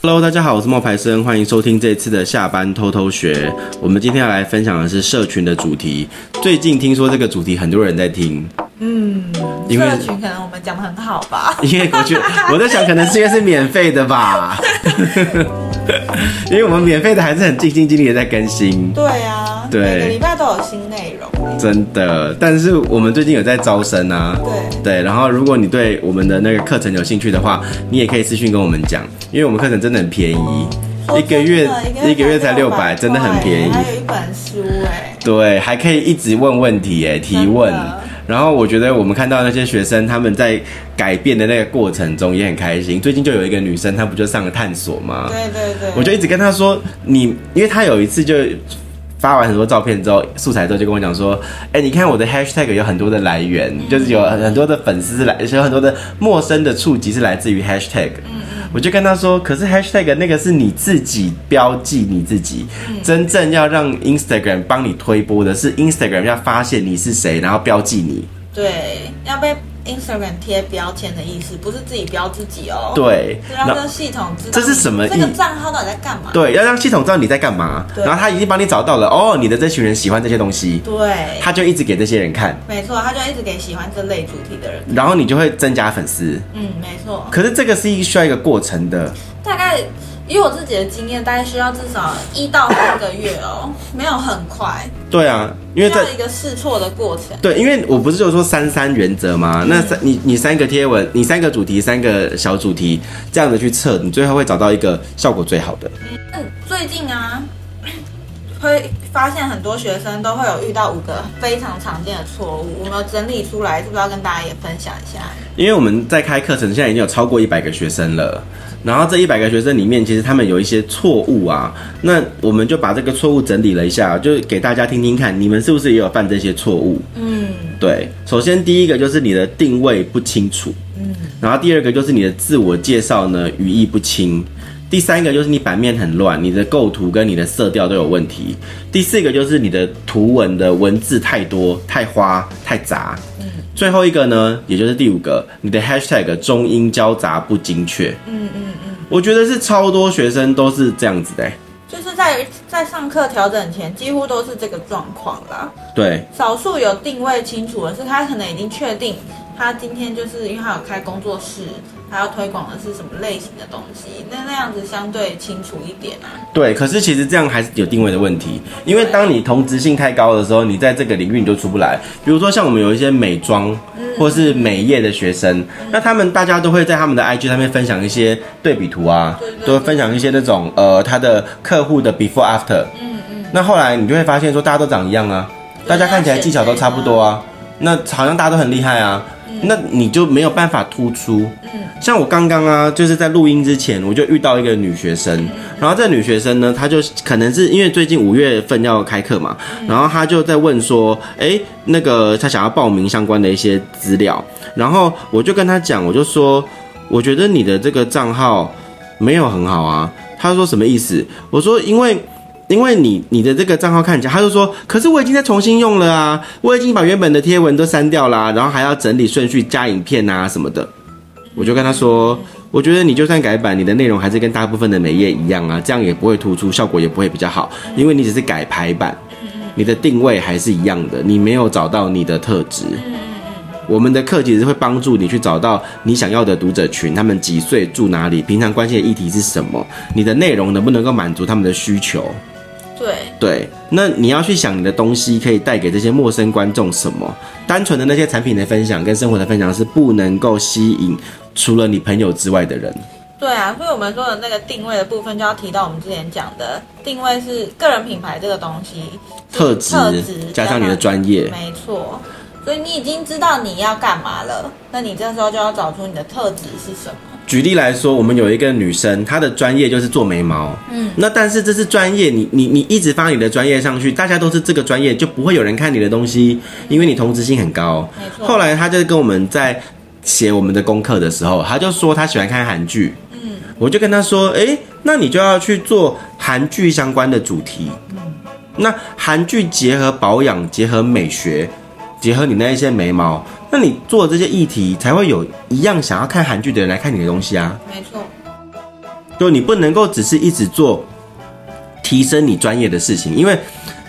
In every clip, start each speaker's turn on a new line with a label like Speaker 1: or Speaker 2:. Speaker 1: Hello，大家好，我是冒牌生，欢迎收听这次的下班偷偷学。我们今天要来分享的是社群的主题。最近听说这个主题很多人在听， 嗯，因为
Speaker 2: 社群可能我们讲的很好吧，
Speaker 1: 因为过去 我在想，可能是因为是免费的吧， 因为我们免费的还是很尽心尽力的在更新，
Speaker 2: 对啊，
Speaker 1: 对
Speaker 2: 每个礼拜都有新内容，
Speaker 1: 真的。但是我们最近有在招生啊，
Speaker 2: 对
Speaker 1: 对，然后如果你对我们的那个课程有兴趣的话，你也可以私信跟我们讲，因为我们课程真的很便宜，
Speaker 2: 说
Speaker 1: 一个月
Speaker 2: 真的
Speaker 1: 哦一个月才六百，
Speaker 2: 600
Speaker 1: 真的很便宜
Speaker 2: 块。还有一本书哎、
Speaker 1: 对，还可以一直问问题，哎，提问
Speaker 2: 真的。
Speaker 1: 然后我觉得我们看到那些学生他们在改变的那个过程中也很开心。最近就有一个女生，她不就上了探索吗？
Speaker 2: 对对对，
Speaker 1: 我就一直跟她说，你，因为她有一次就发完很多照片之后，素材之后就跟我讲说，哎，你看我的 hashtag 有很多的来源，就是有很多的粉丝是来，有很多的陌生的触及是来自于 hashtag。我就跟她说，可是 hashtag 那个是你自己标记你自己，真正要让 Instagram 帮你推播的是 Instagram 要发现你是谁，然后标记你。
Speaker 2: 对要被 Instagram 贴标签的意思，不是自己标自己哦，，
Speaker 1: 对，
Speaker 2: 是
Speaker 1: 然后
Speaker 2: 让这个系统知道
Speaker 1: 这是什么
Speaker 2: 你
Speaker 1: 意
Speaker 2: 这个账号到底在干嘛，
Speaker 1: 对，要让系统知道你在干嘛，
Speaker 2: 对
Speaker 1: 然后他已经帮你找到了，哦，你的这群人喜欢这些东西，
Speaker 2: 对
Speaker 1: 他就一直给这些人看，
Speaker 2: 没错，他就一直给喜欢这类主题的人，
Speaker 1: 然后你就会增加粉丝。
Speaker 2: 嗯，没错，
Speaker 1: 可是这个是一需要一个过程的，
Speaker 2: 大概以我自己的经验，大概需要至少一到三个月哦，没有很快，
Speaker 1: 对啊，因为
Speaker 2: 需
Speaker 1: 在
Speaker 2: 要一个试错的过程。
Speaker 1: 对，因为我不是就说三三原则
Speaker 2: 嗯
Speaker 1: 吗？那三你你三个贴文，你三个主题，三个小主题，这样子去测，你最后会找到一个效果最好的。
Speaker 2: 嗯，最近啊， 会发现很多学生都会有遇到五个非常常见的错误，我们有整理出来，是不是要跟大家也分享一下？
Speaker 1: 因为我们在开课程，现在已经有超过一百个学生了。然后这一百个学生里面，其实他们有一些错误啊，那我们就把这个错误整理了一下，就给大家听听看，你们是不是也有犯这些错误？
Speaker 2: 嗯，
Speaker 1: 对，首先第一个就是你的定位不清楚，嗯，然后第二个就是你的自我介绍呢语义不清，第三个就是你版面很乱，你的构图跟你的色调都有问题，第四个就是你的图文的文字太多、太花、太杂，嗯，最后一个呢，也就是第五个，你的 hashtag 中英交杂不精确，嗯嗯嗯，我觉得是超多学生都是这样子的欸、
Speaker 2: 就是在在上课调整前，几乎都是这个状况啦。
Speaker 1: 对，
Speaker 2: 少数有定位清楚的是，他可能已经确定他今天就是因为他有开工作室，他要推广的是什么类型的东西，那那样子相对清楚一点啊。
Speaker 1: 对，可是其实这样还是有定位的问题，因为当你同质性太高的时候，你在这个领域你就出不来。比如说像我们有一些美妆或是美业的学生，那他们大家都会在他们的 IG 上面分享一些对比图啊
Speaker 2: 对对，对
Speaker 1: 都会分享一些那种呃他的客户的 before after。
Speaker 2: 嗯嗯，
Speaker 1: 那后来你就会发现说，大家都长一样啊，
Speaker 2: 对
Speaker 1: 大家看起来技巧都差不多啊，那好像大家都很厉害啊，那你就没有办法突出。像我刚刚啊，就是在录音之前，我就遇到一个女学生，然后这女学生呢，她就可能是因为最近五月份要开课嘛，然后她就在问说，诶，那个她想要报名相关的一些资料，然后我就跟她讲，我就说，我觉得你的这个账号没有很好啊。她说什么意思？我说因为。因为你你的这个账号看起来，她就说，可是我已经在重新用了啊，我已经把原本的贴文都删掉啦、然后还要整理顺序加影片啊什么的。我就跟他说，我觉得你就算改版，你的内容还是跟大部分的美业一样啊，这样也不会突出，效果也不会比较好，因为你只是改排版，你的定位还是一样的，你没有找到你的特质。我们的课其实会帮助你去找到你想要的读者群，他们几岁、住哪里、平常关心的议题是什么，你的内容能不能够满足他们的需求。
Speaker 2: 对。
Speaker 1: 对，那你要去想你的东西可以带给这些陌生观众什么？单纯的那些产品的分享跟生活的分享是不能够吸引除了你朋友之外的人。
Speaker 2: 对啊，所以我们说的那个定位的部分，就要提到我们之前讲的定位是个人品牌这个东西，是
Speaker 1: 特质
Speaker 2: 特质
Speaker 1: 加上你的专业
Speaker 2: 没错。所以你已经知道你要干嘛了，那你这时候就要找出你的特质是什么。
Speaker 1: 举例来说，我们有一个女生，她的专业就是做眉毛，嗯，那但是这是专业，你你你一直发你的专业上去，大家都是这个专业，就不会有人看你的东西，因为你同质性很高。
Speaker 2: 没错
Speaker 1: 后来她就跟我们在写我们的功课的时候，她就说她喜欢看韩剧，嗯，我就跟她说，诶，那你就要去做韩剧相关的主题，那韩剧结合保养，结合美学，结合你那一些眉毛，那你做的这些议题才会有一样想要看韩剧的人来看你的东西啊。
Speaker 2: 没错，
Speaker 1: 就你不能够只是一直做提升你专业的事情，因为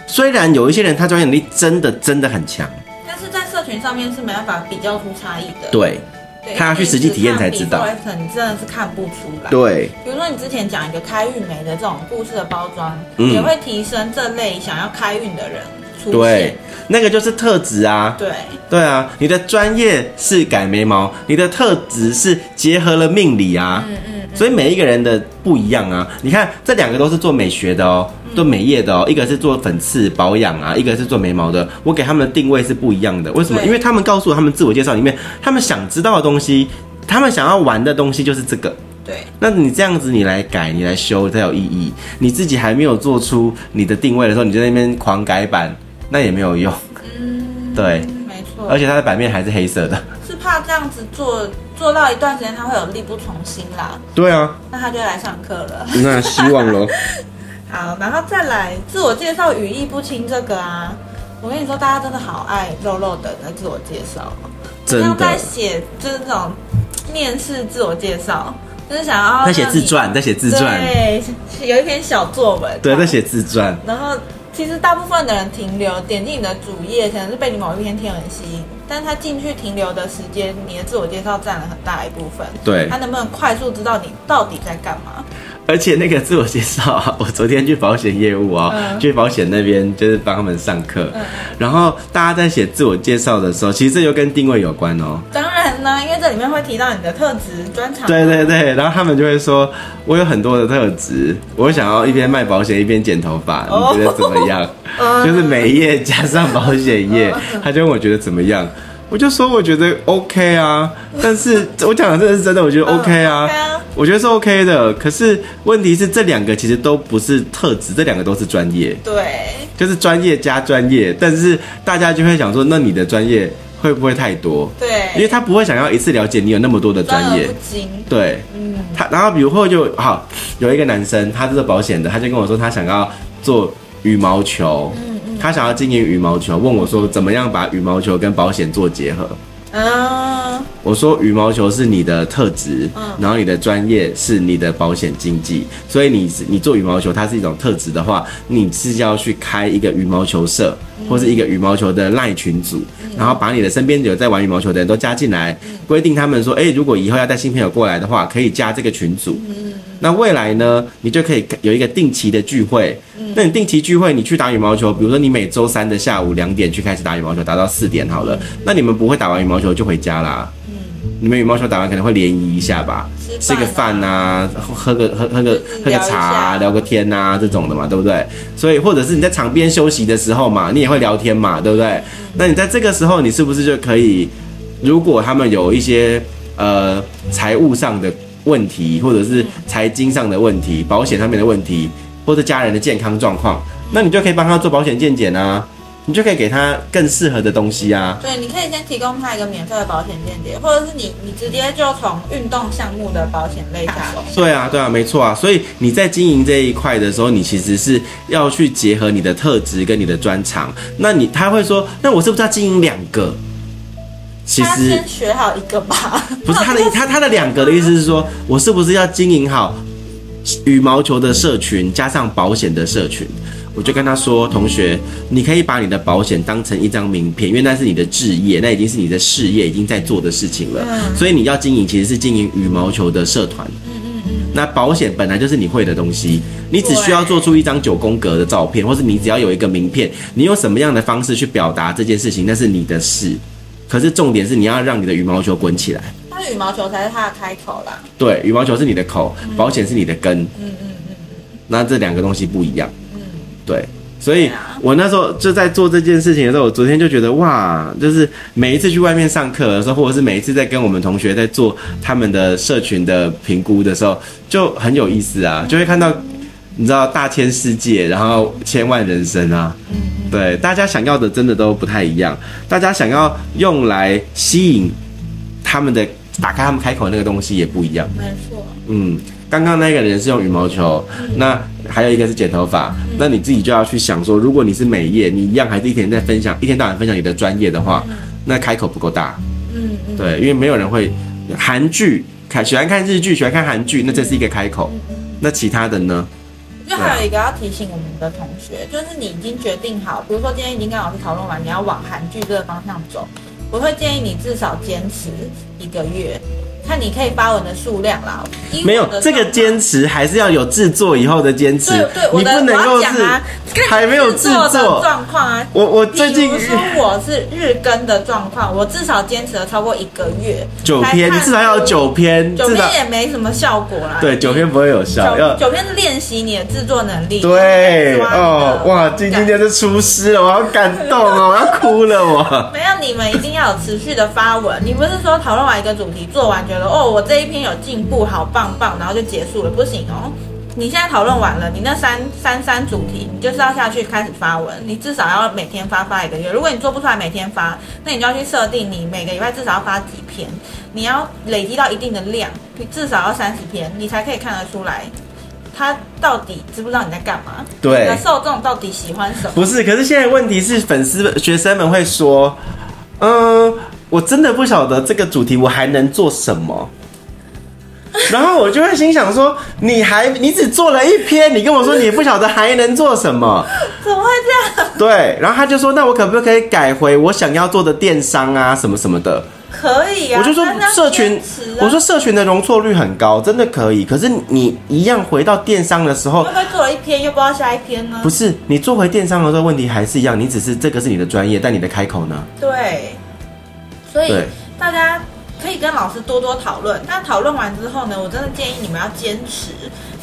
Speaker 1: 虽然有一些人他专业能力真的真的很强，
Speaker 2: 但是在社群上面是没办法比较出差异的。
Speaker 1: 对
Speaker 2: 对，
Speaker 1: 他要去实际体验才知道
Speaker 2: 因为你只看 before after，你真的是看不出来。
Speaker 1: 对，
Speaker 2: 比如说你之前讲一个开运梅的这种故事的包装，
Speaker 1: 嗯
Speaker 2: 也会提升这类想要开运的人出
Speaker 1: 对
Speaker 2: 现。，
Speaker 1: 那个就是特质啊。
Speaker 2: 对
Speaker 1: 对啊，你的专业是改眉毛，你的特质是结合了命理啊。嗯嗯。所以每一个人的不一样啊。你看，这两个都是做美学的哦，做美业的哦，一个是做粉刺保养啊，一个是做眉毛的。我给他们的定位是不一样的，为什么？
Speaker 2: 对
Speaker 1: 因为他们告诉我，他们自我介绍里面，他们想知道的东西，他们想要玩的东西就是这个。
Speaker 2: 对
Speaker 1: 那你这样子，你来改，你来修才有意义。你自己还没有做出你的定位的时候，你就在那边狂改版，那也没有用。对，
Speaker 2: 没错。
Speaker 1: 而且它的版面还是黑色的。
Speaker 2: 是怕这样子做做到一段时间，他会有力不从心啦，
Speaker 1: 对啊，
Speaker 2: 那他就来上课了。
Speaker 1: 那希望喽。
Speaker 2: 好，然后再来自我介绍语义不清这个啊，我跟你说，大家真的好爱肉肉的那自我介绍哦，
Speaker 1: 真
Speaker 2: 不要再
Speaker 1: 的，
Speaker 2: 写就是那种面试自我介绍，就是想要
Speaker 1: 在写
Speaker 2: 让
Speaker 1: 自
Speaker 2: 你
Speaker 1: 传，在写自传，
Speaker 2: 对，是有一篇小作文，
Speaker 1: 对，在写自传，
Speaker 2: 然后其实大部分的人停留点进你的主页，可能是被你某一篇贴文吸引，但是他进去停留的时间，你的自我介绍占了很大一部分。
Speaker 1: 对
Speaker 2: 他能不能快速知道你到底在干嘛？
Speaker 1: 而且那个自我介绍啊，我昨天去保险业务啊、
Speaker 2: 嗯
Speaker 1: 去保险那边就是帮他们上课，然后大家在写自我介绍的时候，其实这就跟定位有关哦。
Speaker 2: 当然呢，因为这里面会提到你的特质、专 长。
Speaker 1: 对对对，然后他们就会说，我有很多的特质，我想要一边卖保险一边剪头发，
Speaker 2: 哦
Speaker 1: 你觉得怎么样？
Speaker 2: 嗯
Speaker 1: 就是美业加上保险业，他就问我觉得怎么样，我就说我觉得 OK 啊，但是我讲的这是真的，我觉得
Speaker 2: 嗯
Speaker 1: OK 啊
Speaker 2: OK 啊，
Speaker 1: 我觉得是 OK 的，可是问题是这两个其实都不是特质，这两个都是专业，
Speaker 2: 对
Speaker 1: 就是专业加专业，但是大家就会想说，那你的专业会不会太多？因为
Speaker 2: 对，
Speaker 1: 他不会想要一次了解你有那么多的专业
Speaker 2: 而，不精。
Speaker 1: 对，
Speaker 2: 嗯，
Speaker 1: 他然后比如后就好有一个男生，他是做保险的，他就跟我说他想要做羽毛球，他想要经营羽毛球，问我说怎么样把羽毛球跟保险做结合。
Speaker 2: 嗯，
Speaker 1: 我说羽毛球是你的特质，
Speaker 2: 嗯
Speaker 1: 然后你的专业是你的保险经纪，所以你是你做羽毛球它是一种特质的话，你是要去开一个羽毛球社或是一个羽毛球的赖群组，然后把你的身边有在玩羽毛球的人都加进来，规定他们说，哎，如果以后要带新朋友过来的话，可以加这个群组。那未来呢，你就可以有一个定期的聚会。那你定期聚会，你去打羽毛球，比如说你每周三的下午两点去开始打羽毛球，打到四点好了。那你们不会打完羽毛球就回家啦。你们羽毛球打完可能会联谊一下吧，吃
Speaker 2: 吃饭啊
Speaker 1: 个饭呐、喝个喝喝个喝个
Speaker 2: 嗯聊一
Speaker 1: 茶啊、
Speaker 2: 下
Speaker 1: 聊个天呐、这种的嘛，对不对？所以或者是你在场边休息的时候嘛，你也会聊天嘛，对不
Speaker 2: 嗯
Speaker 1: 对？那你在这个时候，你是不是就可以？如果他们有一些呃财务上的问题，或者是财经上的问题、保险上面的问题，或者家人的健康状况，那你就可以帮他做保险健检啊，你就可以给他更适合的东西啊。
Speaker 2: 对，你可以先提供他一个免费的保险间谍，或者是你你直接就从运动项目的保险类下手。
Speaker 1: 对啊，对啊，没错啊。所以你在经营这一块的时候，你其实是要去结合你的特质跟你的专长。那你他会说，那我是不是要经营两个？其
Speaker 2: 他
Speaker 1: 实
Speaker 2: 先学好一个吧。
Speaker 1: 不是他的他他的两个的意思是说，我是不是要经营好羽毛球的社群加上保险的社群？我就跟他说，同学，你可以把你的保险当成一张名片，因为那是你的置业，那已经是你的事业，已经在做的事情了。所以你要经营，其实是经营羽毛球的社团。那保险本来就是你会的东西，你只需要做出一张九宫格的照片，或是你只要有一个名片，你用什么样的方式去表达这件事情，那是你的事。可是重点是你要让你的羽毛球滚起来。
Speaker 2: 他羽毛球才是他的开口啦。
Speaker 1: 对，羽毛球是你的口，保险是你的根。嗯嗯嗯。那这两个东西不一样。嗯。对，所以
Speaker 2: 对啊
Speaker 1: 我那时候就在做这件事情的时候，我昨天就觉得哇，就是每一次去外面上课的时候，或者是每一次在跟我们同学在做他们的社群的评估的时候，就很有意思啊，就会看到。你知道大千世界，然后千万人生啊，对，大家想要的真的都不太一样，大家想要用来吸引他们的打开他们开口那个东西也不一样。
Speaker 2: 没错，
Speaker 1: 嗯，刚刚那个人是用羽毛球，
Speaker 2: 嗯
Speaker 1: 那还有一个是剪头发，那你自己就要去想说，如果你是美业，你一样还是一天在分享，一天到晚分享你
Speaker 2: 嗯
Speaker 1: 的专业的话，那开口不够大，
Speaker 2: 嗯嗯，
Speaker 1: 对，因为没有人会韩剧。看喜欢看日剧、喜欢看韩剧，那这是一个开口。
Speaker 2: 嗯
Speaker 1: 那其他的呢？
Speaker 2: 我觉得还有一个要提醒我们的同学，就是你已经决定好，比如说今天已经跟老师讨论完，你要往韩剧这个方向走，我会建议你至少坚持一个月，看你可以发文的数量啦。以我
Speaker 1: 没有
Speaker 2: 的
Speaker 1: 这个
Speaker 2: 状况
Speaker 1: 坚持，还是要有制作以后的坚持
Speaker 2: 对对，。我
Speaker 1: 你
Speaker 2: 的
Speaker 1: 不能
Speaker 2: 我
Speaker 1: 够
Speaker 2: 要讲
Speaker 1: 是
Speaker 2: 啊，跟
Speaker 1: 还没有制
Speaker 2: 作的
Speaker 1: 作。
Speaker 2: 状况啊。
Speaker 1: 我我
Speaker 2: 比
Speaker 1: 最近
Speaker 2: 如说我是日更的状况，我至少坚持了超过一个月，
Speaker 1: 九
Speaker 2: 才
Speaker 1: 篇，
Speaker 2: 看
Speaker 1: 你至少要有
Speaker 2: 出
Speaker 1: 九篇，
Speaker 2: 九
Speaker 1: 至少
Speaker 2: 篇也没什么效果啦。
Speaker 1: 对九篇不会有效，要
Speaker 2: 九九篇是练习你的制作能力。
Speaker 1: 对
Speaker 2: 抓你的
Speaker 1: 哦，哇，今今天是出师了，我好感动哦，我要哭了我。
Speaker 2: 没有，你们一定要有持续的发文。你不是说讨论完一个主题，做完觉得哦，我这一篇有进步，好棒棒，然后就结束了，不行哦。你现在讨论完了，你那三三三主题，你就是要下去开始发文，你至少要每天发发一个月。如果你做不出来每天发，那你就要去设定你每个礼拜至少要发几篇，你要累积到一定的量，你至少要三十篇，你才可以看得出来他到底知不知道你在干嘛，你的
Speaker 1: 对，
Speaker 2: 受众到底喜欢什么。
Speaker 1: 不是，可是现在问题是粉丝们学生们会说，嗯，我真的不晓得这个主题我还能做什么。 然后我就会心想说，你还你只做了一篇，你跟我说你不晓得还能做什么？
Speaker 2: 怎么会这样？
Speaker 1: 对，然后他就说，那我可不可以改回我想要做的电商啊，什么什么的。
Speaker 2: 可以啊，
Speaker 1: 我就说
Speaker 2: 但是要
Speaker 1: 社群
Speaker 2: 坚持啊，
Speaker 1: 我说社群的容错率很高，真的可以。可是你一样回到电商的时候
Speaker 2: 会，不会做了一篇又不知道下一篇呢？
Speaker 1: 不是你做回电商的时候，问题还是一样，你只是这个是你的专业，但你的开口呢？
Speaker 2: 对，所以
Speaker 1: 对
Speaker 2: 大家可以跟老师多多讨论。但讨论完之后呢，我真的建议你们要坚持，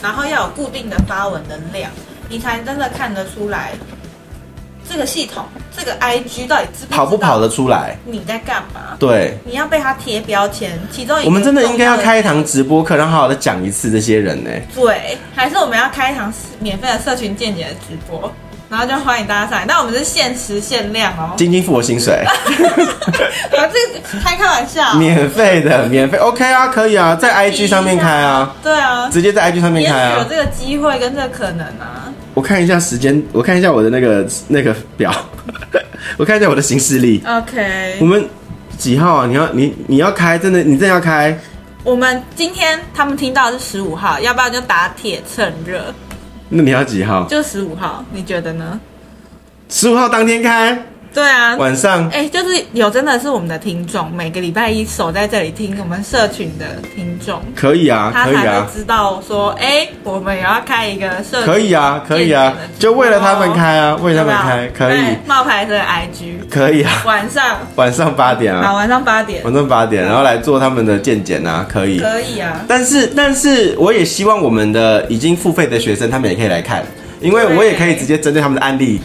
Speaker 2: 然后要有固定的发文的量，你才真的看得出来这个系统、这个 IG 到底知不
Speaker 1: 跑不跑
Speaker 2: 的
Speaker 1: 得出来？
Speaker 2: 你在干嘛。
Speaker 1: 对，
Speaker 2: 你要被他贴标签，其中一个
Speaker 1: 我们真的应该要
Speaker 2: 重
Speaker 1: 开一堂直播课，然后好好的讲一次这些人呢、
Speaker 2: 对，还是我们要开一堂免费的社群见解的直播，然后就欢迎大家上来。但我们是限时限量哦，
Speaker 1: 晶晶付我薪 水，
Speaker 2: 啊，这个开开玩笑。
Speaker 1: 免费的，免费，OK 啊，可以啊，在 IG 上面开啊，
Speaker 2: 对啊，
Speaker 1: 直接在 IG 上面
Speaker 2: 也许
Speaker 1: 开
Speaker 2: 有
Speaker 1: 啊。
Speaker 2: 这个机会跟这个可能啊。
Speaker 1: 我看一下时间，我看一下我的那个那个表， 我看一下我的行事历。我
Speaker 2: OK，
Speaker 1: 们几号啊？你要你你要开，真的你真的要开？
Speaker 2: 我们今天他们听到的是十五号，要不然就打铁趁热，
Speaker 1: 那你要几号？
Speaker 2: 就十五号，你觉得呢？
Speaker 1: 十五号当天开，
Speaker 2: 对啊。
Speaker 1: 晚上。
Speaker 2: 哎、就是有真的是我们的听众，每个礼拜一守在这里听我们社群的听众，
Speaker 1: 可以啊，
Speaker 2: 他
Speaker 1: 可以
Speaker 2: 才会
Speaker 1: 啊，
Speaker 2: 知道说，哎、我们也要开一个社群，
Speaker 1: 可以啊，可以啊
Speaker 2: 见哦证，的
Speaker 1: 就为了他们开啊，为了
Speaker 2: 要
Speaker 1: 他
Speaker 2: 不
Speaker 1: 们
Speaker 2: 要
Speaker 1: 开，可以
Speaker 2: 对，冒牌的 IG，
Speaker 1: 可以啊，
Speaker 2: 晚上
Speaker 1: 晚上八点
Speaker 2: 啊，
Speaker 1: 啊，
Speaker 2: 晚上八点
Speaker 1: 晚上八点，然后来做他们的健检啊，可以。
Speaker 2: 可以啊。
Speaker 1: 但是，但是我也希望我们的已经付费的学生，他们也可以来看，因为
Speaker 2: 对
Speaker 1: 我也可以直接针对他们的案例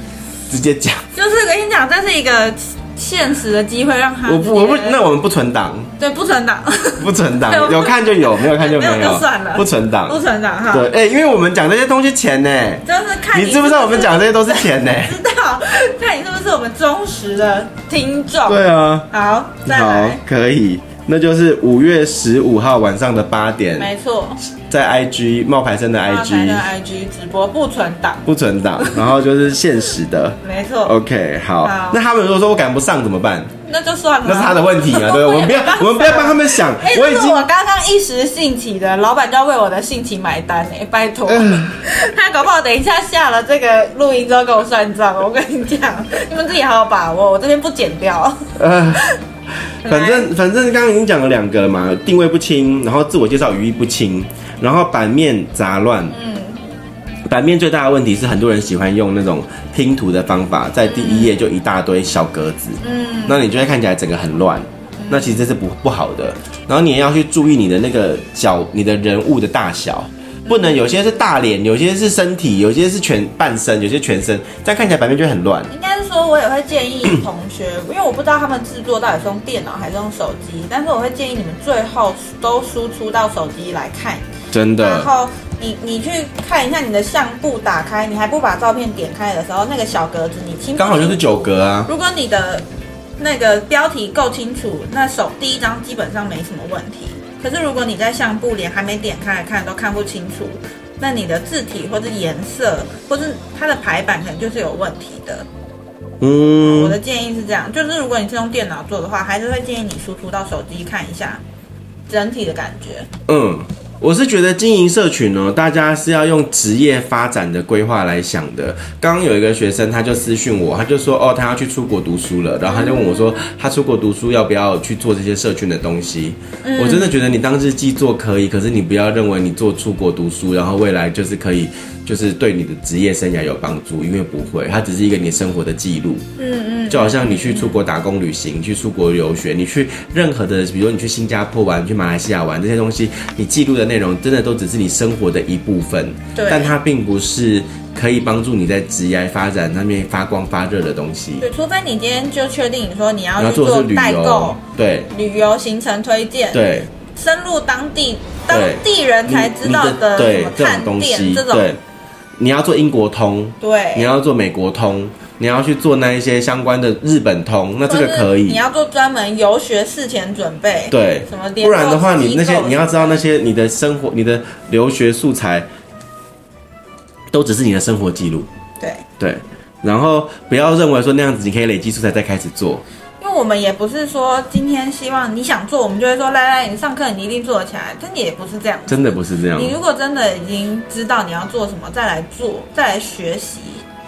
Speaker 1: 直接讲。
Speaker 2: 就是跟你讲，这是一个现实的机会，让他
Speaker 1: 我不，我不
Speaker 2: 直，接
Speaker 1: 那我们不存档，
Speaker 2: 对不 存档，
Speaker 1: 不存 档
Speaker 2: 没有，
Speaker 1: 有看就有，没有看就没
Speaker 2: 没有
Speaker 1: 有
Speaker 2: 就算了，
Speaker 1: 不存档，
Speaker 2: 不存档哈。
Speaker 1: 对，，哎、因为我们讲这些东西钱呢、
Speaker 2: 就是啊看
Speaker 1: 你知不知道我们讲这些都是钱呢、
Speaker 2: 知道，看你是不是我们忠实的听众。，
Speaker 1: 对啊，
Speaker 2: 好，再
Speaker 1: 好
Speaker 2: 来，，
Speaker 1: 可以，那就是五月十五号晚上的八点，
Speaker 2: 没错，
Speaker 1: 在 IG 冒牌生的
Speaker 2: 刚才的
Speaker 1: IG
Speaker 2: IG 直播不存档，
Speaker 1: 不存档，然后就是限时的。
Speaker 2: 没错，
Speaker 1: OK，好，
Speaker 2: 好
Speaker 1: 那他们如果说我赶不上怎么办？
Speaker 2: 那就算了，
Speaker 1: 那是他的问题啊，对，我 们不要，我们不要帮他。们想
Speaker 2: 哎，，
Speaker 1: 我
Speaker 2: 这
Speaker 1: 已
Speaker 2: 是
Speaker 1: 经
Speaker 2: 我刚刚一时兴起的，老板就要为我的兴起买单哎、 拜托，他搞不好等一下下了这个录音之后跟我算账，我跟你讲，你们自己好好把握，我这边不剪掉。
Speaker 1: 呃， 反正反正刚刚已经讲了两个了嘛，定位不清，然后自我介绍语义不清，然后版面杂乱。
Speaker 2: 嗯，
Speaker 1: 版面最大的问题是很多人喜欢用那种拼图的方法，在第一页就一大堆小格子，
Speaker 2: 嗯，
Speaker 1: 那你就会看起来整个很乱。那其实这是不不好的，然后你也要去注意你的那个角，你的人物的大小，不能有些是大脸，有些是身体，有些是全半身，有些全身，这样看起来版面就会很乱。
Speaker 2: 应该是说，我也会建议同学，因为我不知道他们制作到底是用电脑还是用手机，但是我会建议你们最后都输出到手机来看
Speaker 1: 真
Speaker 2: 然
Speaker 1: 的，
Speaker 2: 后你你去看一下你的相簿打开，你还不把照片点开的时候，那个小格子你清不
Speaker 1: 刚好就是
Speaker 2: 清楚
Speaker 1: 九格啊。
Speaker 2: 如果你的那个标题够清楚，那首第一张基本上没什么问题。可是如果你在相簿连还没点开来看都看不清楚，那你的字体或者颜色或是它的排版可能就是有问题的。
Speaker 1: 嗯，
Speaker 2: 我的建议是这样，就是如果你是用电脑做的话，还是会建议你输出到手机看一下，整体的感觉。
Speaker 1: 嗯，我是觉得经营社群呢，大家是要用职业发展的规划来想的。刚刚有一个学生，他就私讯我，他就说哦，他要去出国读书了，然后他就问我说，他出国读书要不要去做这些社群的东西？我真的觉得你当日记做可以，可是你不要认为你做出国读书，然后未来就是可以，就是对你的职业生涯有帮助，因为不会，它只是一个你生活的记录。就好像你去出国打工旅行，去出国留学，你去任何的，比如你去新加坡玩、去马来西亚玩这些东西，你记录的内容真的都只是你生活的一部分，
Speaker 2: 对
Speaker 1: 但它并不是可以帮助你在职业发展上面发光发热的东西。
Speaker 2: 对，除非你今天就确定你说你要
Speaker 1: 你要
Speaker 2: 去
Speaker 1: 做的
Speaker 2: 做
Speaker 1: 是旅
Speaker 2: 代
Speaker 1: 游
Speaker 2: 购、，
Speaker 1: 对
Speaker 2: 旅游行程推荐，
Speaker 1: 对，
Speaker 2: 深入当地当
Speaker 1: 对
Speaker 2: 地人才知道
Speaker 1: 你你的
Speaker 2: 什
Speaker 1: 对
Speaker 2: 么
Speaker 1: 这种
Speaker 2: 探
Speaker 1: 东
Speaker 2: 店
Speaker 1: 西，
Speaker 2: 这种，
Speaker 1: 对，你要做英国通，你
Speaker 2: 对，
Speaker 1: 要做美国通，你要去做那一些相关的日本通，那这个
Speaker 2: 或是
Speaker 1: 可以
Speaker 2: 你。要做专门游学事前准备，
Speaker 1: 对，
Speaker 2: 什么联
Speaker 1: 不然的话，
Speaker 2: 络
Speaker 1: 你
Speaker 2: 机
Speaker 1: 那些
Speaker 2: 构
Speaker 1: 你要知道那些你的生活、你的留学素材，都只是你的生活记录，
Speaker 2: 对。
Speaker 1: 对。然后不要认为说那样子你可以累积素材再开始做，
Speaker 2: 因为我们也不是说今天希望你想做，我们就会说来来，你上课你一定做得起来，但也不是这样。
Speaker 1: 真的不是这样，
Speaker 2: 你如果真的已经知道你要做什么，再来做，再来学习，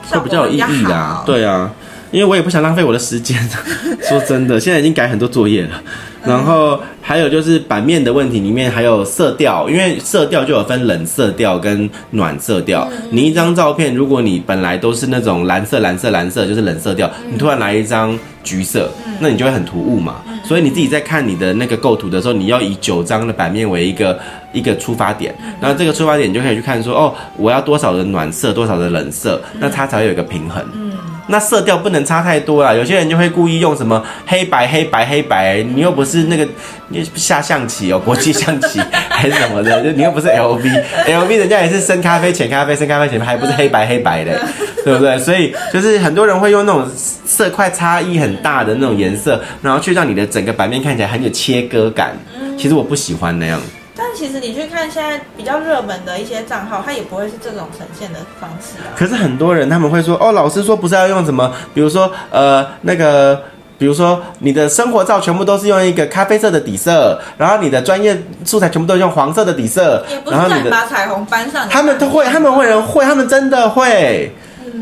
Speaker 1: 会
Speaker 2: 效
Speaker 1: 比
Speaker 2: 果
Speaker 1: 较有意义
Speaker 2: 好
Speaker 1: 啊。，对啊，因为我也不想浪费我的时间。 说真的，现在已经改很多作业了。然后还有就是版面的问题，里面还有色调，因为色调就有分冷色调跟暖色调。你一张照片，如果你本来都是那种蓝色、蓝色、蓝色，就是冷色调，你突然来一张橘色，那你就会很突兀嘛。所以你自己在看你的那个构图的时候，你要以九张的版面为一个一个出发点，那这个出发点你就可以去看说，哦，我要多少的暖色，多少的冷色，那它才会有一个平衡。那色调不能差太多啦，有些人就会故意用什么黑白黑白黑白，你又不是那个你下象棋哦，国际象棋 还是什么的，就你又不是 L V L V，人家也是深咖啡浅咖啡深咖啡浅，还不是黑白黑白的，对不对？所以就是很多人会用那种色块差异很大的那种颜色，然后去让你的整个版面看起来很有切割感。其实我不喜欢那样，
Speaker 2: 但其实你去看现在比较热门的一些账号，它也不会是这种呈现的方式啊。
Speaker 1: 可是很多人他们会说，哦，老师说不是要用什么，比如说呃那个。比如说，你的生活照全部都是用一个咖啡色的底色，然后你的专业素材全部都是用黄色的底色
Speaker 2: 也，不是
Speaker 1: 然后
Speaker 2: 叫
Speaker 1: 你
Speaker 2: 你
Speaker 1: 的
Speaker 2: 把彩虹搬上，
Speaker 1: 他们都会，他们会人会，他们真的会。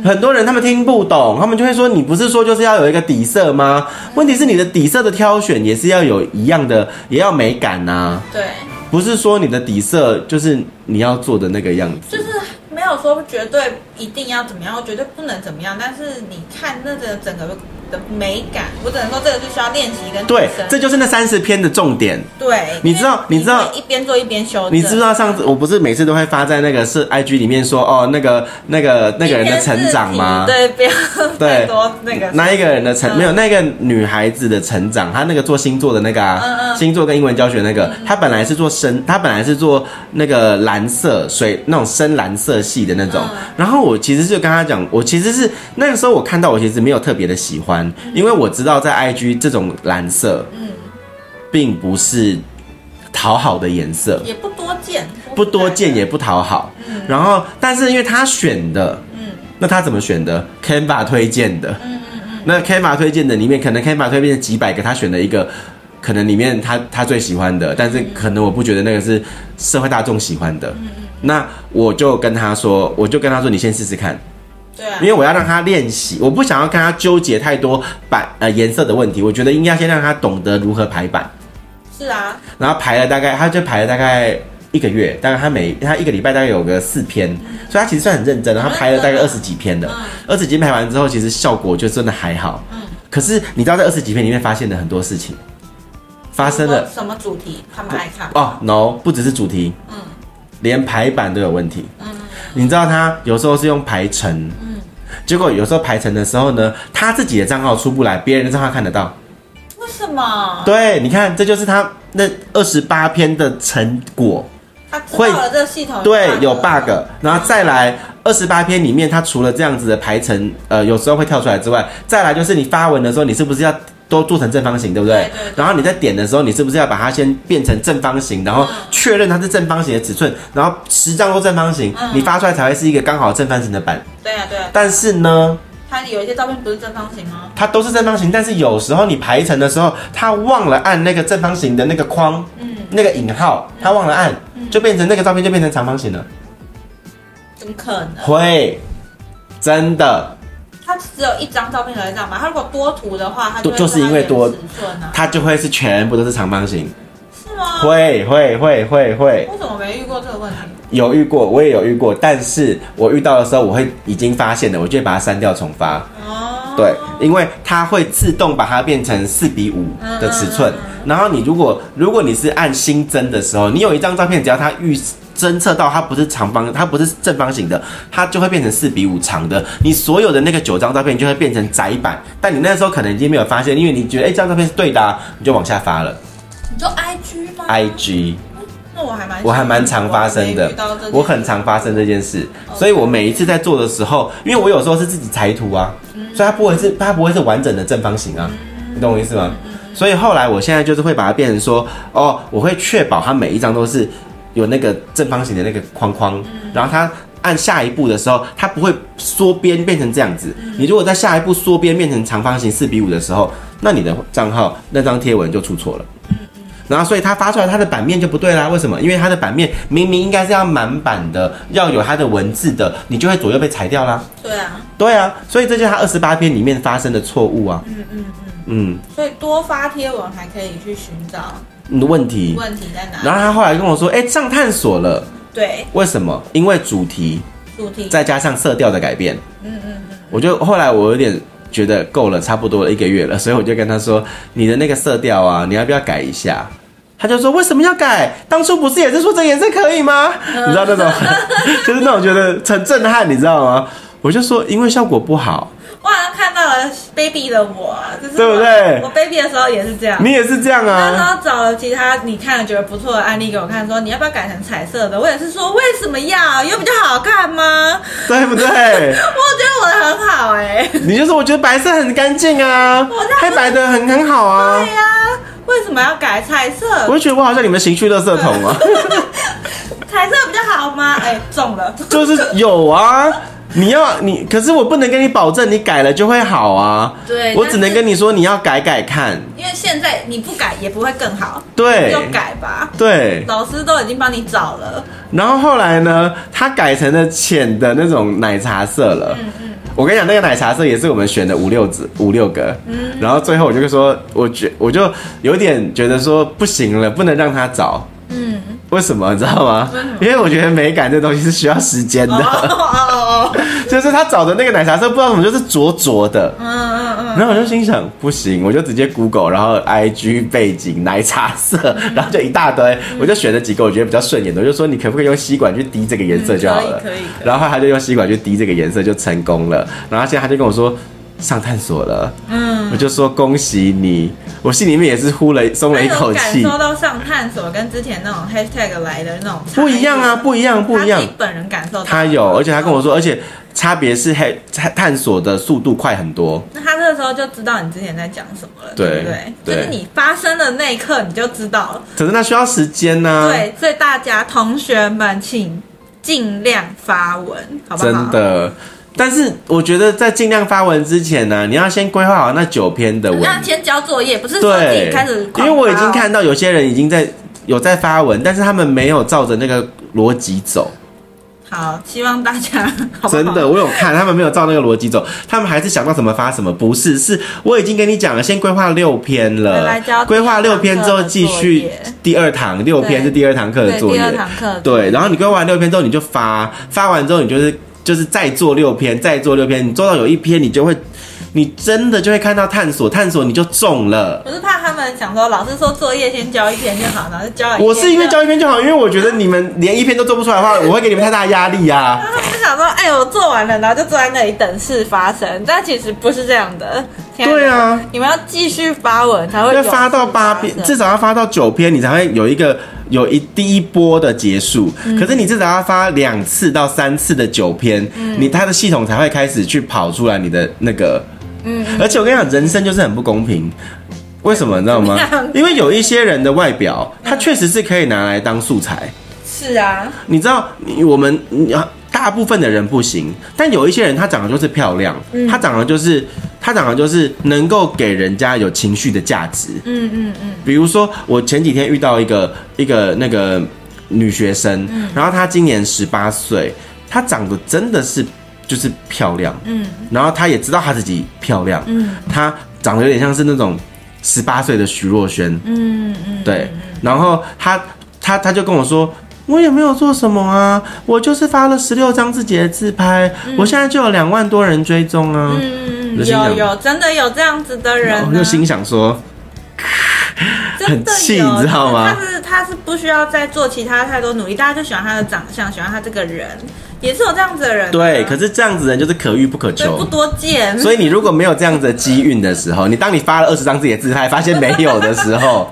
Speaker 1: 很多人他们听不懂，他们就会说：“你不是说就是要有一个底色吗？”问题是你的底色的挑选也是要有一样的，也要美感呐、
Speaker 2: 对，
Speaker 1: 不是说你的底色就是你要做的那个样子。
Speaker 2: 就是没有说绝对一定要怎么样，绝对不能怎么样。但是你看那个整个的美感，我只能说这个是需要练习跟
Speaker 1: 对
Speaker 2: 提升，
Speaker 1: 这就是那三十篇的重点。
Speaker 2: 对，
Speaker 1: 你知道
Speaker 2: 因为
Speaker 1: 你知道
Speaker 2: 会一边做一边修正，
Speaker 1: 你知不知道上次我不是每次都会发在那个是 IG 里面说哦那个那个那个人的成长吗？
Speaker 2: 对，不要 太
Speaker 1: 对
Speaker 2: 多那个
Speaker 1: 那一个人的成、
Speaker 2: 嗯
Speaker 1: 没有那个女孩子的成长，她那个做星座的那个啊，
Speaker 2: 嗯嗯
Speaker 1: 星座跟英文教学那个，她本来是做深，她本来是做那个蓝色水那种深蓝色系的那种。
Speaker 2: 嗯
Speaker 1: 然后我其实就跟她讲，我其实是那个时候我看到我其实没有特别的喜欢，
Speaker 2: 嗯
Speaker 1: 因为我知道在 IG 这种蓝色，并不是讨好的颜色。
Speaker 2: 也不多见，
Speaker 1: 不多见也不讨好。然后，但是因为他选的，那他怎么选的？Canva 推荐的，那 Canva 推荐的里面，可能 Canva 推荐的几百个，他选了一个，可能里面他他最喜欢的，但是可能我不觉得那个是社会大众喜欢的。那我就跟他说，我就跟他说，你先试试看，
Speaker 2: 对啊
Speaker 1: 因，为我要让他练习，我不想要跟他纠结太多版呃颜色的问题，我觉得应该先让他懂得如何排版。
Speaker 2: 是啊，
Speaker 1: 然后排了大概，他就排了大概一个月，大概他每他一个礼拜大概有个四篇，所以他其实算很认真的，他排了大概二十几篇
Speaker 2: 嗯
Speaker 1: 的，二十几篇排完之后，其实效果就真的还好。可是你知道在二十几篇里面发现了很多事情，发生了
Speaker 2: 什么主题他们爱看？
Speaker 1: 哦，no，不只是主题，嗯，连排版都有问题。嗯，你知道他有时候是用排程，嗯，结果有时候排程的时候呢，他自己的账号出不来，别人的账号看得到。
Speaker 2: 为什么？
Speaker 1: 对，你看，这就是他那二十八篇的成果。
Speaker 2: 他知道了这个系统
Speaker 1: 对，有
Speaker 2: bug
Speaker 1: bug，然后再来二十八篇里面，它除了这样子的排程，呃，有时候会跳出来之外，再来就是你发文的时候，你是不是要都做成正方形，对不对？
Speaker 2: 对对对
Speaker 1: 然后你在点的时候，你是不是要把它先变成正方形，然后确认它是正方形的尺寸，然后十张都正方形，
Speaker 2: 嗯
Speaker 1: 你发出来才会是一个刚好正方形的版。
Speaker 2: 对啊对啊，
Speaker 1: 但是呢，
Speaker 2: 他有一些照片不是正方形吗？
Speaker 1: 它都是正方形，但是有时候你排程的时候，它忘了按那个正方形的那个框，嗯，那个引号，他忘了按，
Speaker 2: 嗯
Speaker 1: 就变成那个照片就变成长方形了。
Speaker 2: 怎么可能？
Speaker 1: 会，真的，
Speaker 2: 他只有一张照片才会这样吧？他如果多图的话，他
Speaker 1: 多
Speaker 2: 会
Speaker 1: 就是因为多
Speaker 2: 知道它的尺寸啊，
Speaker 1: 它就会是全部都是长方形。
Speaker 2: 是吗？
Speaker 1: 会会会会会，
Speaker 2: 我怎么没遇过这个问题？
Speaker 1: 有遇过，我也有遇过，但是我遇到的时候，我会已经发现了，我就会把它删掉重发。
Speaker 2: 哦，
Speaker 1: 对，因为它会自动把它变成四比五的尺寸。然后你如果如果你是按新增的时候，你有一张照片，只要它预侦测到它不是长方，它不是正方形的，它就会变成四比五长的。你所有的那个九张照片就会变成窄版，但你那时候可能已经没有发现，因为你觉得哎、这张照片是对的、啊，你就往下发了。
Speaker 2: 你说 IG 吗
Speaker 1: IG
Speaker 2: 那我还蛮
Speaker 1: 我还蛮常发生的
Speaker 2: 没遇到这件，事哦
Speaker 1: 我很常发生这件事，所以我每一次在做的时候，因为我有时候是自己裁图啊，
Speaker 2: 嗯
Speaker 1: 所以它不会是它不会是完整的正方形啊，你懂我意思
Speaker 2: 嗯
Speaker 1: 吗？所以后来我现在就是会把它变成说，哦，我会确保它每一张都是有那个正方形的那个框框，
Speaker 2: 嗯
Speaker 1: 然后它。按下一步的时候，它不会缩边变成这样子。
Speaker 2: 嗯
Speaker 1: 你如果在下一步缩边变成长方形四比五的时候，那你的账号那张贴文就出错了。然后所以它发出来它的版面就不对啦。为什么？因为它的版面明明应该是要满版的，要有它的文字的，你就会左右被裁掉啦。
Speaker 2: 对啊，
Speaker 1: 对啊，所以这就是它二十八篇里面发生的错误啊。
Speaker 2: 嗯嗯嗯，
Speaker 1: 嗯，
Speaker 2: 所以多发贴文还可以去寻找
Speaker 1: 你的嗯问题。
Speaker 2: 问题在哪里。
Speaker 1: 然后他后来跟我说：“哎，上探索了，
Speaker 2: 对，
Speaker 1: 为什么？因为主题
Speaker 2: 主题，
Speaker 1: 再加上色调的改变。”
Speaker 2: 嗯嗯嗯，
Speaker 1: 我就后来我有点觉得够了，差不多了一个月了，所以我就跟他说：“你的那个色调啊，你要不要改一下？”他就说：“为什么要改？当初不是也是说这颜色可以吗？”你知道那种， 就是那种觉得很震撼，你知道吗？我就说，因为效果不好。
Speaker 2: 我好像看到了 baby 的我，就是
Speaker 1: 对不对
Speaker 2: 我 baby 的时候也是这样。
Speaker 1: 你也是这样
Speaker 2: 那时
Speaker 1: 啊？
Speaker 2: 候找了其他你看了觉得不错的案例给我看，说你要不要改成彩色的？我也是说为什么要？有比较好 看吗？
Speaker 1: 对不对？
Speaker 2: 我觉得我的很好哎、
Speaker 1: 你就说我觉得白色很干净啊
Speaker 2: 我那，
Speaker 1: 黑白的很很好啊
Speaker 2: 对。啊呀、为什么要改彩色
Speaker 1: 我？就觉得我好像你们情绪垃圾桶啊，
Speaker 2: 彩色比较好吗？哎、中了。
Speaker 1: 就是有啊。你要你，可是我不能跟你保证你改了就会好啊。
Speaker 2: 对
Speaker 1: 我只能跟你说，你要改改看。
Speaker 2: 因为现在你不改也不会更好，
Speaker 1: 对
Speaker 2: 就改吧。
Speaker 1: 对，
Speaker 2: 老师都已经帮你找了，
Speaker 1: 然后后来呢，它改成了浅的那种奶茶色了。嗯嗯。我跟你讲，那个奶茶色也是我们选的五六只五六个。嗯。然后最后我就说，我觉我就有点觉得说不行了，不能让他找。
Speaker 2: 嗯，
Speaker 1: 为什么你知道吗？因为我觉得美感这东西是需要时间
Speaker 2: 哦
Speaker 1: 的，
Speaker 2: 哦哦，
Speaker 1: 就是他找的那个奶茶色，不知道怎么就是浊浊的。
Speaker 2: 嗯嗯嗯，
Speaker 1: 然后我就心想，不行，我就直接 Google，然后 IG 背景奶茶色，
Speaker 2: 嗯
Speaker 1: 然后就一大堆，我就选了几个我觉得比较顺眼的，我就说你可不可以用吸管去滴这个颜色就好了
Speaker 2: 嗯可以可以可。以
Speaker 1: 然后他就用吸管去滴这个颜色就成功了。然后现在他就跟我说上探索了，嗯，我就说恭喜你，我心里面也是呼了松了一口
Speaker 2: 哎那有感
Speaker 1: 气。
Speaker 2: 受到上探索跟之前那种 hashtag 来的那种差异
Speaker 1: 不一样啊，不一样，不一样
Speaker 2: 他自。己本人感受到，
Speaker 1: 他有，而且他跟我说，而且差别是黑探探索的速度快很多。
Speaker 2: 那他这个时候就知道你之前在讲什么了，
Speaker 1: 对
Speaker 2: 对不对？
Speaker 1: 对
Speaker 2: 就是你发生的那一刻你就知道了，
Speaker 1: 可是那需要时间呢、
Speaker 2: 对，所以大家同学们请尽量发文，好不好？
Speaker 1: 真，的。但是我觉得在尽量发文之前呢、你要先规划好那九篇的文。
Speaker 2: 那先交作业，不是说自己
Speaker 1: 对
Speaker 2: 开始，
Speaker 1: 因
Speaker 2: 狂
Speaker 1: 为我已
Speaker 2: 发
Speaker 1: 经
Speaker 2: 哦
Speaker 1: 看到有些人已经在有在发文，但是他们没有照着那个逻辑走。
Speaker 2: 好，希望大家好不好
Speaker 1: 真的，我有看，他们没有照那个逻辑走，他们还是想到什么发什么。不是，是我已经跟你讲了，先规划六篇
Speaker 2: 回
Speaker 1: 了
Speaker 2: 来交，
Speaker 1: 规划六篇之后继
Speaker 2: 第
Speaker 1: 续
Speaker 2: 一堂课的作
Speaker 1: 第二堂，六篇是第二堂课的
Speaker 2: 对
Speaker 1: 作
Speaker 2: 第二
Speaker 1: 业。
Speaker 2: 堂课，
Speaker 1: 对，然后你规划完六篇之后，你就发，发完之后你就是就是再做六篇，再做六篇，你做到有一篇，你就会，你真的就会看到探索，探索你就中了。
Speaker 2: 我是怕他们想说，老师说作业先交一篇就好，然后就交了一篇。
Speaker 1: 我是因为交一篇就好，因为我觉得你们连一篇都做不出来的话，我会给你们太大压力啊。
Speaker 2: 然后他们就想说，哎，我做完了，然后就坐在那里等事发生。但其实不是这样的。亲爱的
Speaker 1: 对啊，
Speaker 2: 你们要继续发文才会
Speaker 1: 要
Speaker 2: 有
Speaker 1: 发到
Speaker 2: 事
Speaker 1: 八
Speaker 2: 发
Speaker 1: 篇，
Speaker 2: 生
Speaker 1: 至少要发到九篇，你才会有一个有一第一波的结束。
Speaker 2: 嗯
Speaker 1: 可是你至少要发两次到三次的九篇，
Speaker 2: 嗯
Speaker 1: 你它的系统才会开始去跑出来你的那个。嗯，而且我跟你讲，人生就是很不公平。为什么你知道吗
Speaker 2: 怎么样？
Speaker 1: 因为有一些人的外表，他确实是可以拿来当素材。
Speaker 2: 是啊，
Speaker 1: 你知道，你我们
Speaker 2: 嗯
Speaker 1: 你啊大部分的人不行，但有一些人她长得就是漂亮，她长得就是他讲的就是能够给人家有情绪的价值。
Speaker 2: 嗯嗯嗯，
Speaker 1: 比如说，我前几天遇到一个一个那个女学生，
Speaker 2: 嗯
Speaker 1: 然后她今年十八岁，她长得真的是就是漂亮，
Speaker 2: 嗯，
Speaker 1: 然后她也知道她自己漂亮，
Speaker 2: 嗯，
Speaker 1: 她长得有点像是那种十八岁的徐若瑄，嗯嗯，对，然后她她她就跟我说。我也没有做什么啊，我就是发了十六张自己的自拍，我现在就有两万多人追踪啊。
Speaker 2: 嗯
Speaker 1: 我
Speaker 2: 嗯，
Speaker 1: 心
Speaker 2: 有
Speaker 1: 想
Speaker 2: 有，真的有这样子的人、
Speaker 1: 然
Speaker 2: 啊，
Speaker 1: 后就心想说，
Speaker 2: 真的有
Speaker 1: 很气你知道吗
Speaker 2: 他是他是不需要再做其他太多努力，大家就喜欢他的长相，喜欢他这个人，也是有这样子的人啊、
Speaker 1: 对，可是这样子的人就是可遇不可
Speaker 2: 对
Speaker 1: 求，
Speaker 2: 不多见，
Speaker 1: 所以你如果没有这样子的机运的时候，你当你发了二十张自己的自拍，发现没有的时 候，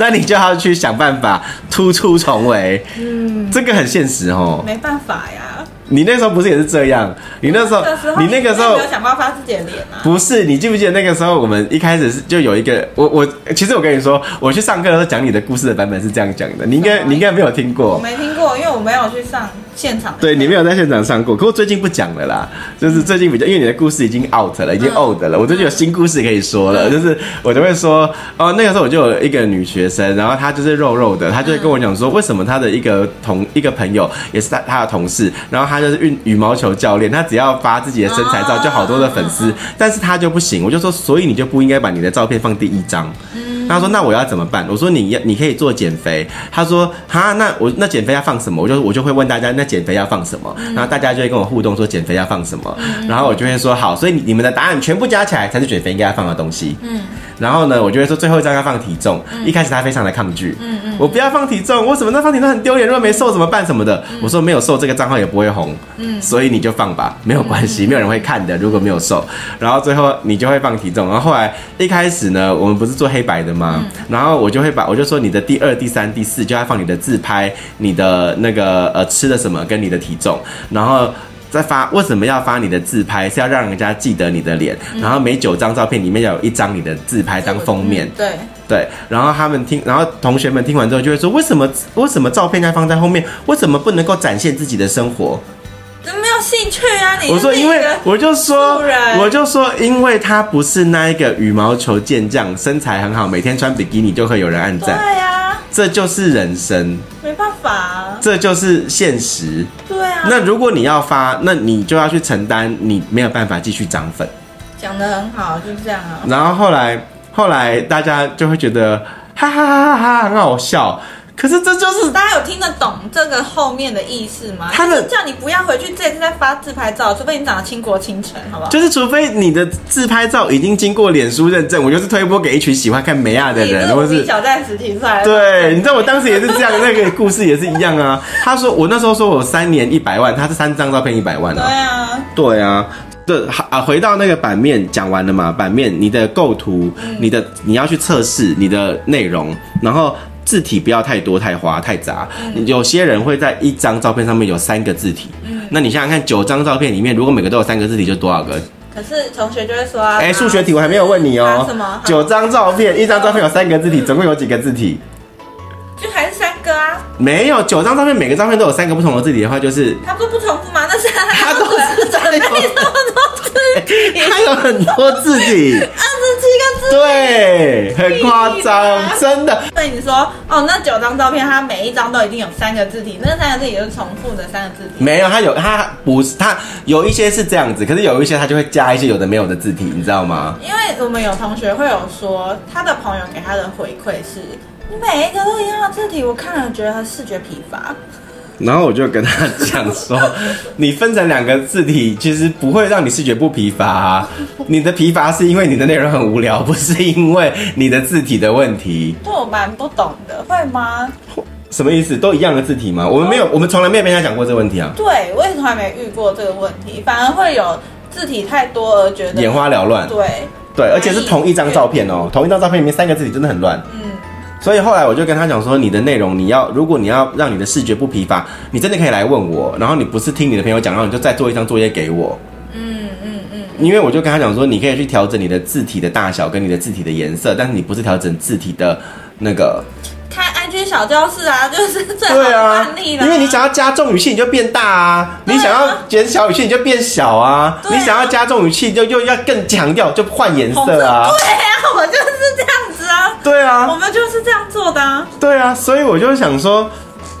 Speaker 1: 那你就要去想办法突出重围。嗯，这个很现实哦。
Speaker 2: 没办法呀。
Speaker 1: 你那时候不是也是这样？你那时候
Speaker 2: 那个时候，
Speaker 1: 你那个时候
Speaker 2: 没有想办法发自己的脸啊。
Speaker 1: 不是，你记不记得那个时候我们一开始是就有一个我我其实我跟你说，我去上课的时候讲你的故事的版本是这样讲的，你应该
Speaker 2: 什么
Speaker 1: 你应该没有听
Speaker 2: 我
Speaker 1: 过。
Speaker 2: 没听过，因为我没有去上现场。
Speaker 1: 对你没有在现场上过，可我最近不讲了啦，就是最近比较，因为你的故事已经 out 了，已经 old 了，我最近有新故事可以说了，就是我就会说，哦，那个时候我就有一个女学生，然后她就是肉肉的，她就会跟我讲说，为什么她的一个同一个朋友也是她她的同事，然后她就是运羽毛球教练，她只要发自己的身材照就好多的粉
Speaker 2: 啊
Speaker 1: 丝，但是她就不行，我就说，所以你就不应该把你的照片放第一张。
Speaker 2: 嗯
Speaker 1: 她说：“那我要怎么办？”我说：“你要你可以做减肥。”她说：“哈，那我那减肥要放什么？”我就我就会问大家：“那减肥要放什么？”
Speaker 2: 嗯
Speaker 1: 然后大家就会跟我互动说：“减肥要放什么？”然后我就会说：“好，所以你你们的答案全部加起来才是减肥应该要放的东西。”
Speaker 2: 嗯
Speaker 1: 然后呢，我就会说最后一张要放体重。一开始她非常的抗拒，
Speaker 2: 嗯嗯，
Speaker 1: 我不要放体重，我怎么能放体重很丢脸？如果没瘦怎么办什么的？我说没有瘦这个账号也不会红，
Speaker 2: 嗯
Speaker 1: 所以你就放吧，没有关系，没有人会看的。如果没有瘦，然后最后你就会放体重。然后后来一开始呢，我们不是做黑白的吗？然后我就会把我就说你的第二、第三、第四就要放你的自拍、你的那个呃吃的什么跟你的体重，然后。再发为什么要发你的自拍？是要让人家记得你的脸，然后每九张照片里面要有一张你的自拍当封面，
Speaker 2: 对，
Speaker 1: 对，然后他们听，然后同学们听完之后就会说，为什么为什么照片要放在后面？为什么不能够展现自己的生活？
Speaker 2: 真没有兴趣啊！你
Speaker 1: 我说，
Speaker 2: 就是
Speaker 1: 因
Speaker 2: 一
Speaker 1: 为
Speaker 2: 个
Speaker 1: 我就说
Speaker 2: 素人，
Speaker 1: 我就说，因为他不是那一个羽毛球健将，身材很好，每天穿比基尼就会有人暗
Speaker 2: 对
Speaker 1: 赞，
Speaker 2: 啊，
Speaker 1: 这就是人生，
Speaker 2: 没办法啊，
Speaker 1: 这就是现实。
Speaker 2: 对啊。
Speaker 1: 那如果你要发，那你就要去承担，你没有办法继续涨粉。
Speaker 2: 讲的很好，就是这样啊。
Speaker 1: 然后后来后来大家就会觉得哈哈哈哈哈很好笑，可是这就是
Speaker 2: 大家有听得懂这个后面的意思吗？
Speaker 1: 他的
Speaker 2: 就是叫你不要回去这次再发自拍照，除非你长得倾国倾城，好不好？
Speaker 1: 就是除非你的自拍照已经经过脸书认证，我就是推播给一群喜欢看美亚的
Speaker 2: 你
Speaker 1: 人，
Speaker 2: 这
Speaker 1: 或
Speaker 2: 个比
Speaker 1: 是。
Speaker 2: 小袋子提出 来的。
Speaker 1: 对，你啊知道我当时也是这样，那个故事也是一样啊。 他说我那时候说我三年一百万，他是三张照片一百万
Speaker 2: 对
Speaker 1: 啊。
Speaker 2: 啊，
Speaker 1: 对啊，对好啊，回到那个版面讲完了嘛？版面你的构图，
Speaker 2: 嗯
Speaker 1: 你的你要去测试你的内容，然后字体不要太多、太花、太杂。
Speaker 2: 嗯
Speaker 1: 有些人会在一张照片上面有三个字体，那你想想看，九张照片里面如果每个都有三个字体，就多少个？
Speaker 2: 可是同学就会说啊，
Speaker 1: 哎、
Speaker 2: 啊
Speaker 1: 数学题我还没有问你哦、
Speaker 2: 啊什么嗯
Speaker 1: 九张照片，一张照片有三个字体，总共有几个字体？
Speaker 2: 就还是三个啊，
Speaker 1: 没有，九张照片每个照片都有三个不同的字体的话， 就是
Speaker 2: 他不不重复吗？那是
Speaker 1: 他都是在 哎
Speaker 2: 准备那么多 字体，
Speaker 1: 它有很多字体，
Speaker 2: 二十七个字。
Speaker 1: 对，很夸张，真 的。
Speaker 2: 所以你说哦，那九张照片，它每一张都一定有三个字体，那三个字体就是重复的三个字体。
Speaker 1: 没有，它有它不是它有一些是这样子，可是有一些它就会加一些有的没有的字体，你知道吗？
Speaker 2: 因为我们有同学会有说，他的朋友给他的回馈是，你每一个都一样的字体，我看了觉得视觉疲乏。
Speaker 1: 然后我就跟他讲说，你分成两个字体，其实不会让你视觉不疲乏、啊。你的疲乏是因为你的内容很无聊，不是因为你的字体的问题。
Speaker 2: 这我蛮不懂的，会吗？
Speaker 1: 什么意思？都一样的字体吗？我们没有，我们从来没有被人家讲过这个问题啊，
Speaker 2: 对，我也从来没遇过这个问题，反而会有字体太多而觉得
Speaker 1: 眼花缭乱。
Speaker 2: 对，
Speaker 1: 对，而且是同一张照片哦，同一张照片里面三个字体真的很乱。
Speaker 2: 嗯，
Speaker 1: 所以后来我就跟他讲说，你的内容你要，如果你要让你的视觉不疲乏，你真的可以来问我，然后你不是听你的朋友讲，然后你就再做一张作业给我。
Speaker 2: 嗯嗯嗯，
Speaker 1: 因为我就跟他讲说，你可以去调整你的 字体的大小跟你的字体的颜色，但是你不是调整字体的那个。
Speaker 2: 开区小教室啊， 就是最好
Speaker 1: 对
Speaker 2: 的
Speaker 1: 啊
Speaker 2: 案，例了、
Speaker 1: 因为你想要加重语气，你就变大啊；
Speaker 2: 对啊
Speaker 1: 你想要减小语气，你就变小啊；
Speaker 2: 对啊
Speaker 1: 你想要加重语气，就又要更强调，就换颜
Speaker 2: 红色，
Speaker 1: 色啊。
Speaker 2: 对啊，我就是这样子啊，
Speaker 1: 对
Speaker 2: 我
Speaker 1: 啊，
Speaker 2: 们就是这样做的啊。
Speaker 1: 对啊，所以我就想说，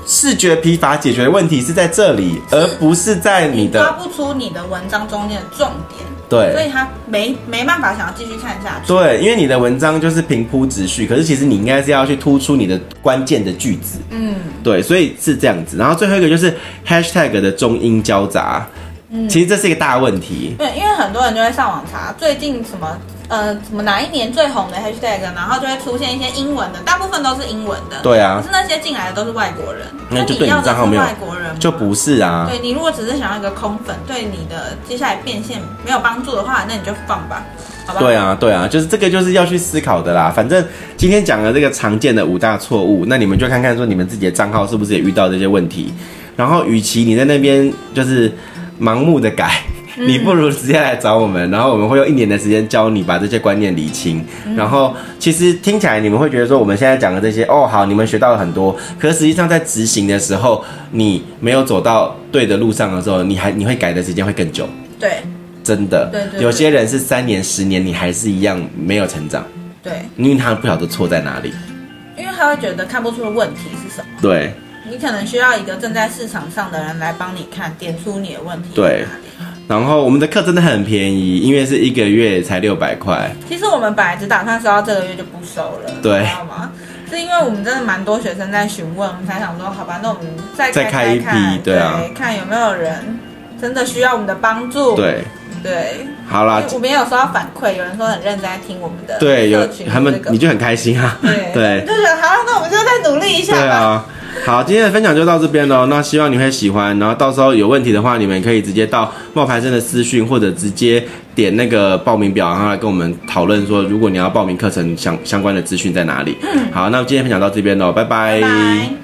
Speaker 1: 视觉疲乏解决的问题是在这里，而不是在你
Speaker 2: 抓
Speaker 1: 的
Speaker 2: 不出你的文章中间的重点，所
Speaker 1: 对
Speaker 2: 以他没没办法想要继续看下去。
Speaker 1: 对，因为你的文章就是平铺直叙，可是其实你应该是要去突出你的关键的句子。
Speaker 2: 嗯，
Speaker 1: 对，所以是这样子。然后最后一个就是 hashtag 的中英交杂，
Speaker 2: 嗯
Speaker 1: 其实这是一个大问题。
Speaker 2: 对，因为很多人就会上网查最近什么呃什么哪一年最红的 hashtag，然后就会出现一些英文的，大部分都是英文的。、
Speaker 1: 对
Speaker 2: 可
Speaker 1: 啊，
Speaker 2: 是那些进来的都是外国人，
Speaker 1: 那就对
Speaker 2: 你
Speaker 1: 你
Speaker 2: 要
Speaker 1: 的
Speaker 2: 的
Speaker 1: 账号没
Speaker 2: 是
Speaker 1: 有
Speaker 2: 外国人吗
Speaker 1: 就。不是啊。
Speaker 2: 对你如果只是想要一个空粉，对你的接下来变现没有帮助的话，那你就放吧，好吧？
Speaker 1: 对啊，对啊，就是这个就是要去思考的啦。反正今天讲了这个常见的五大错误，那你们就看看说你们自己的账号是不是也遇到这些问题。然后，与其你在那边就是盲目的改，
Speaker 2: 嗯
Speaker 1: 你不如直接来找我们，然后我们会用一年的时间教你把这些观念理清。
Speaker 2: 嗯
Speaker 1: 然后，其实听起来你们会觉得说我们现在讲的这些，哦，好，你们学到了很多，可是实际上在执行的时候，你没有走到对的路上的时候，你还你会改的时间会更久。
Speaker 2: 对
Speaker 1: 真的，
Speaker 2: 对对
Speaker 1: 有些人是三年、十年，你还是一样没有成长，
Speaker 2: 对，
Speaker 1: 因为他不晓得错在哪里。
Speaker 2: 因为他会觉得看不出问题是什么。
Speaker 1: 对，
Speaker 2: 你可能需要一个正在市场上的人来帮你看，点出你的问题。
Speaker 1: 对。然后我们的课真的很便宜，因为是一个月才六百块。
Speaker 2: 其实我们本来只打算收到这个月就不收了，
Speaker 1: 对
Speaker 2: 你知道吗？是因为我们真的蛮多学生在询问，我们才想说，好吧，那我们再
Speaker 1: 再开一
Speaker 2: 看
Speaker 1: 批对啊
Speaker 2: 看有没有人真的需要我们的帮助。
Speaker 1: 对，
Speaker 2: 对，
Speaker 1: 好啦
Speaker 2: 因为，我们也有收到反馈，有人说很认真在听我们的
Speaker 1: 对，有
Speaker 2: 社群
Speaker 1: 他
Speaker 2: 这
Speaker 1: 们
Speaker 2: 个
Speaker 1: 你就很开心啊。
Speaker 2: 对
Speaker 1: 对
Speaker 2: 你，就觉得好，那我们就再努力一下
Speaker 1: 对
Speaker 2: 吧。
Speaker 1: 啊。好，今天的分享就到这边喽。那希望你会喜欢，然后到时候有问题的话，你们可以直接到冒牌生的私讯，或者直接点那个报名表，然后来跟我们讨论说，啊如果你要报名课程相相关的资讯在哪里。好，那今天分享到这边喽，拜
Speaker 2: 嗯拜拜。